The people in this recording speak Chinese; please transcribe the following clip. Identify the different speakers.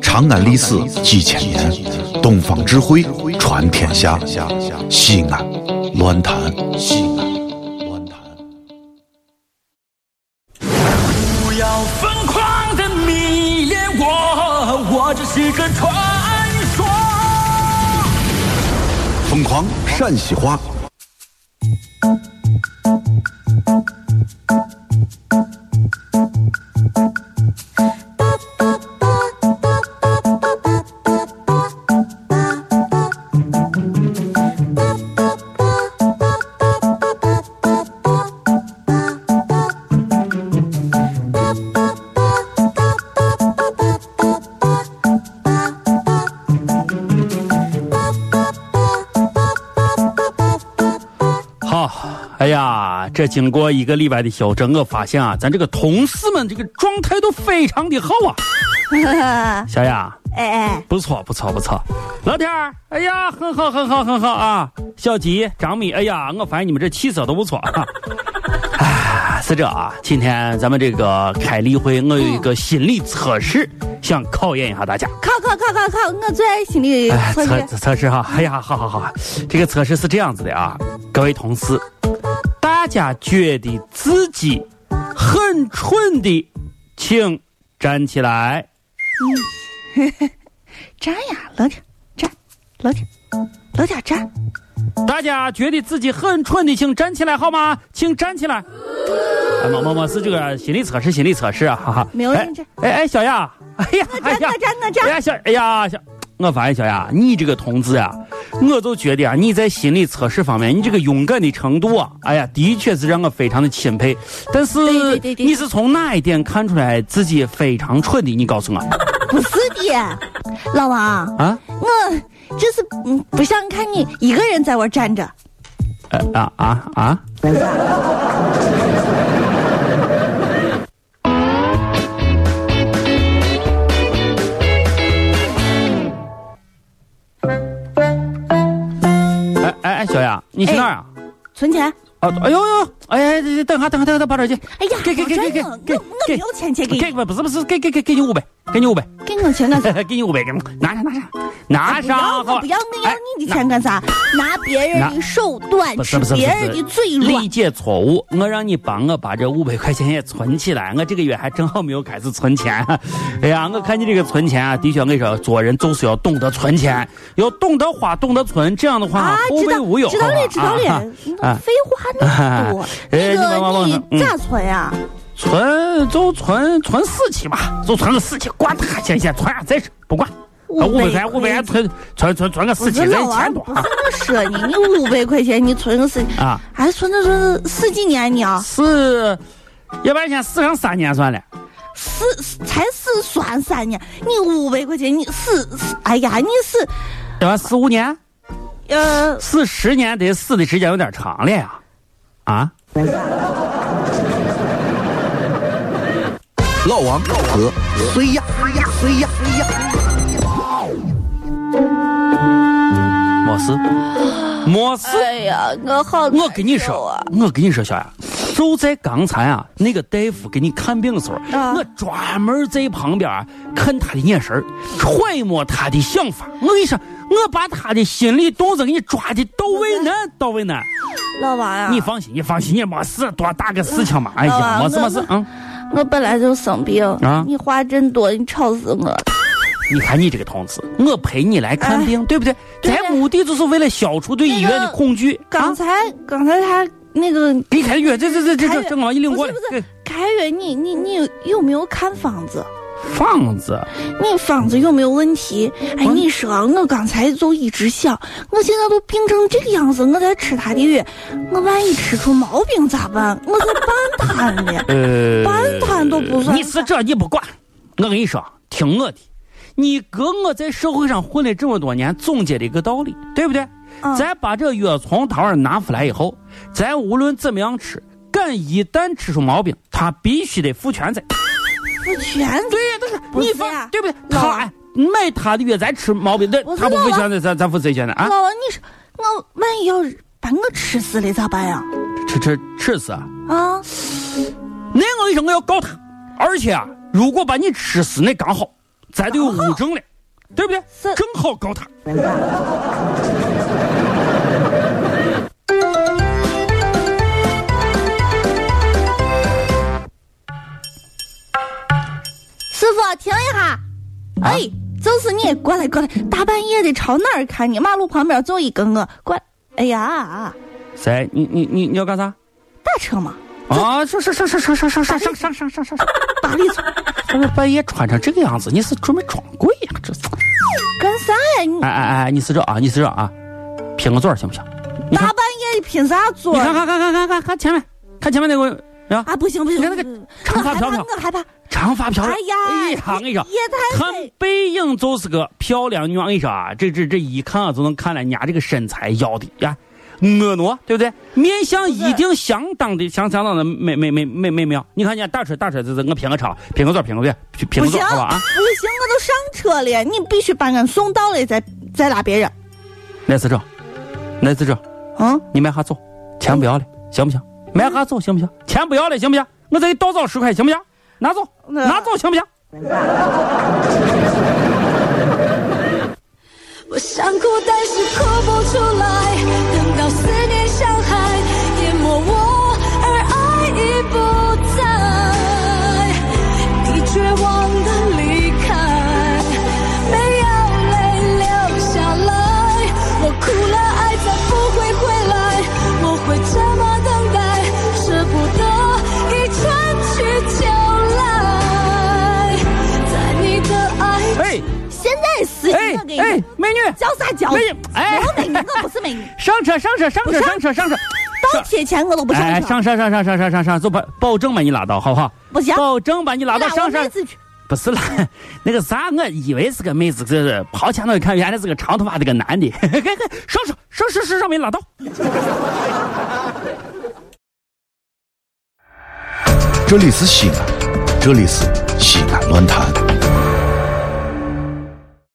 Speaker 1: 长安历史几千年，东方智慧传天下。西安，乱谈西安，乱谈。
Speaker 2: 不要疯狂的迷恋我，我只是个传说。
Speaker 1: 疯狂陕西话，
Speaker 3: 好，哎呀，这经过一个礼拜的休整，我发现啊，咱这个同事们这个状态都非常的好啊。小雅，
Speaker 4: 哎哎，
Speaker 3: 不错不错不错。老天儿，哎呀，很好很好很好啊。小吉、张米，哎呀，我发现你们这气色都不错 啊。哎，是这啊，今天咱们这个开例会，我有一个心理测试，想考验一下大家。
Speaker 4: 考考考考考，我最爱心理
Speaker 3: 哎，
Speaker 4: 测嗯
Speaker 3: 测
Speaker 4: 试。
Speaker 3: 测试哈，哎呀，好好好，这个测试是这样子的啊，各位同事，大家觉得自己很蠢的，请站起来。
Speaker 4: 站呀，老铁，站，老铁，老铁站。
Speaker 3: 大家觉得自己很蠢的，请站起来好吗？请站起来。哎，没没没，是这个心理测试，心理测试啊，哈哈。
Speaker 4: 没有认真
Speaker 3: 哎哎哎，小亚，哎呀，哎
Speaker 4: 站
Speaker 3: 呀
Speaker 4: 我，站我
Speaker 3: 哎
Speaker 4: 站。
Speaker 3: 呀，小，哎呀，小，我发现小雅，你这个同志啊，我就觉得啊，你在心理测试方面，你这个勇敢的程度啊，哎呀，的确是让我非常的钦佩。但是
Speaker 4: 对对对对
Speaker 3: 你是从哪一点看出来自己非常蠢的？你告诉我
Speaker 4: 不是 的，老王，
Speaker 3: 啊
Speaker 4: 我这是嗯不想看你一个人在我站着。
Speaker 3: 呃啊啊啊！哎哎哎，小雅，你去哪儿啊？
Speaker 4: 存钱。
Speaker 3: 啊，哎呦呦，哎哎，等下等下等下，把这去，
Speaker 4: 哎呀，
Speaker 3: 给给给
Speaker 4: 老
Speaker 3: 给给
Speaker 4: 张啊
Speaker 3: 给
Speaker 4: 我我没有钱借给
Speaker 3: 给
Speaker 4: 你，
Speaker 3: 不不是不是，给给给给你五百，给你五百，
Speaker 4: 给 我钱干啥？
Speaker 3: 给你五百，给拿上拿上哎拿
Speaker 4: 哎不要，
Speaker 3: 上，
Speaker 4: 我不要，我要你的钱干啥？拿别人的手短
Speaker 3: 不，是
Speaker 4: 吃
Speaker 3: 不是不
Speaker 4: 别
Speaker 3: 是
Speaker 4: 人的嘴软
Speaker 3: 理。解错误，我让你帮我把这五百块钱也存起来，我这个月还正好没有开始存钱。哎呀，我看你这个存钱啊，的确，我跟你说，做人就是要懂得存钱，要懂得花，懂得存，这样的话、
Speaker 4: 啊，
Speaker 3: 后
Speaker 4: 知
Speaker 3: 辈
Speaker 4: 道
Speaker 3: 无忧。
Speaker 4: 知道嘞，知道嘞
Speaker 3: 啊，啊
Speaker 4: 废话那么多
Speaker 3: 啊。 哎你往往
Speaker 4: 那
Speaker 3: 往
Speaker 4: 个你咋存呀？
Speaker 3: 存就存存四期吧，就存个四期，管他先先存啊，再说不管。啊五百块，五百块存存存存个
Speaker 4: 不
Speaker 3: 四期，
Speaker 4: 是
Speaker 3: 咱
Speaker 4: 老王，
Speaker 3: 钱多
Speaker 4: 不是
Speaker 3: 啊
Speaker 4: 我说你，你五百块钱你存个四，
Speaker 3: 啊！
Speaker 4: 还存着存着四几年你啊？
Speaker 3: 四，要不然先四上三年算了。
Speaker 4: 四四才四算三年，你五百块钱你四，四哎呀你是
Speaker 3: 要不然四五年，
Speaker 4: 呃
Speaker 3: 四十年得死的时间有点长了呀，啊！
Speaker 1: 老王和谁呀？谁呀？谁呀？
Speaker 3: 没事，没事。
Speaker 4: 哎呀我好啊
Speaker 3: 我跟你说，我跟你说，小雅，就在刚才啊，那个大夫给你看病的时候，
Speaker 4: 啊
Speaker 3: 我专门在旁边啊看他的眼神儿揣摩他的想法。我跟你说，我把他的心理动作给你抓的到位难，到位难。
Speaker 4: 老王啊，
Speaker 3: 你放心，你放心，你没事，多大个事情嘛？哎呀，
Speaker 4: 啊
Speaker 3: 没事没事
Speaker 4: 我，
Speaker 3: 嗯。
Speaker 4: 我本来就生病
Speaker 3: 啊
Speaker 4: 你话真多，你吵死我了。
Speaker 3: 你看你这个同志，我陪你来看病，对不对？
Speaker 4: 哎对
Speaker 3: 咱目的就是为了消除对医院的恐惧。
Speaker 4: 刚
Speaker 3: 啊、
Speaker 4: 才刚才他那个
Speaker 3: 给你开的药，这这这这
Speaker 4: 开
Speaker 3: 这
Speaker 4: 药
Speaker 3: 这，我给你领过来
Speaker 4: 不。是
Speaker 3: 这
Speaker 4: 凯远，你你你有有没有看房子？
Speaker 3: 房子，
Speaker 4: 你房子有没有问题？哎，
Speaker 3: 我，
Speaker 4: 你说啊我刚才就一直想，我现在都病成这个样子，我再吃他的药，我万一吃出毛病咋办？我在半瘫呢
Speaker 3: 呃，
Speaker 4: 半瘫都不算。
Speaker 3: 你是这你不管，我跟你说，听我的，你哥我在社会上混了这么多年，总结了一个道理，对不对？
Speaker 4: 嗯
Speaker 3: 咱把这药从头上拿出来以后，咱无论怎么样吃，敢一旦吃出毛病，他必须得负全责。
Speaker 4: 不全
Speaker 3: 对呀，这是
Speaker 4: 不是
Speaker 3: 你放
Speaker 4: 呀
Speaker 3: 对不对？
Speaker 4: 老
Speaker 3: 他哎买他的药，咱吃毛病，对
Speaker 4: 不，是
Speaker 3: 他不
Speaker 4: 老
Speaker 3: 付
Speaker 4: 王
Speaker 3: 钱的，咱咱付谁钱的啊？
Speaker 4: 老王，你说我万一要是把我吃死了咋办呀？
Speaker 3: 吃吃吃死啊！
Speaker 4: 啊，
Speaker 3: 那我跟你说，我要告他，而且啊，如果把你吃死，那刚好，咱都有五蒸了，对不对
Speaker 4: 是？
Speaker 3: 蒸好高汤。
Speaker 4: 师傅，停一
Speaker 3: 啊
Speaker 4: 下！哎，就是你，过来过来，大半夜的朝哪儿看？你马路旁边就一个我，过来！哎呀，
Speaker 3: 谁？你你你你要干啥？
Speaker 4: 打车嘛，
Speaker 3: 啊，上上上上上上上上上上上上上上！
Speaker 4: 打里头
Speaker 3: 这么半夜穿成这个样子，你是准备装鬼呀？这是！
Speaker 4: 干啥呀？你
Speaker 3: 哎哎哎，你是这啊，你是这啊，拼个座儿行不行？你
Speaker 4: 大
Speaker 3: 看，
Speaker 4: 半夜的拼啥座
Speaker 3: 你？看看看看看看看前面，看前面那个人啊，
Speaker 4: 啊，不行不行，
Speaker 3: 你看那个长发飘飘
Speaker 4: 我害怕，
Speaker 3: 长发飘飘。
Speaker 4: 哎呀
Speaker 3: 哎呀，我跟你说，
Speaker 4: 也太
Speaker 3: 看
Speaker 4: 美
Speaker 3: 背影就是个漂亮女娃。我跟你说啊，这这这一看啊，就能看来人家这个身材腰的呀，婀娜，对不对？面相一定相当的相相当的美美美美美妙。你看人家大锤大锤，这这我拼个叉，拼个座，拼个月，拼
Speaker 4: 不
Speaker 3: 个
Speaker 4: 行
Speaker 3: 座，好吧啊？
Speaker 4: 不行，我都上车了，你必须把俺送到了再再拉别人。
Speaker 3: 来次这，来次这，
Speaker 4: 嗯，
Speaker 3: 你买哈走，钱不要了，行不行？买哈走行不行？钱不要了行不行？我再给你倒走十块行不行？拿走，
Speaker 4: 那
Speaker 3: 拿走行不行？
Speaker 5: 我想哭，但是哭不出来。等到思念像海淹没我，而爱已不在，你绝望的离开，没有泪流下来。我哭了，爱再不会回来，我会这么等待，舍不得一春去秋来，在你的爱。
Speaker 3: 哎
Speaker 4: 现在死
Speaker 3: 哎
Speaker 4: 你，我给
Speaker 3: 哎
Speaker 4: 你，
Speaker 3: 美女，
Speaker 4: 叫啥叫？
Speaker 3: 美女，哎，
Speaker 4: 我美女，我不是美女，
Speaker 3: 上车上车上车上车上车，
Speaker 4: 倒贴钱我都不
Speaker 3: 哎
Speaker 4: 上车，
Speaker 3: 上车上上上上上上，就把保证把你拉到好不好？
Speaker 4: 不行，
Speaker 3: 保证把你拉到
Speaker 4: 拉我
Speaker 3: 上
Speaker 4: 妹
Speaker 3: 上，
Speaker 4: 子去。
Speaker 3: 不是啦，那个啥，我以为是个妹子，这是跑前头一看，原来是个长头发的个男的，嘿嘿嘿上车上车上车，把你拉到。
Speaker 1: 这里是西安，这里是西安乱坛。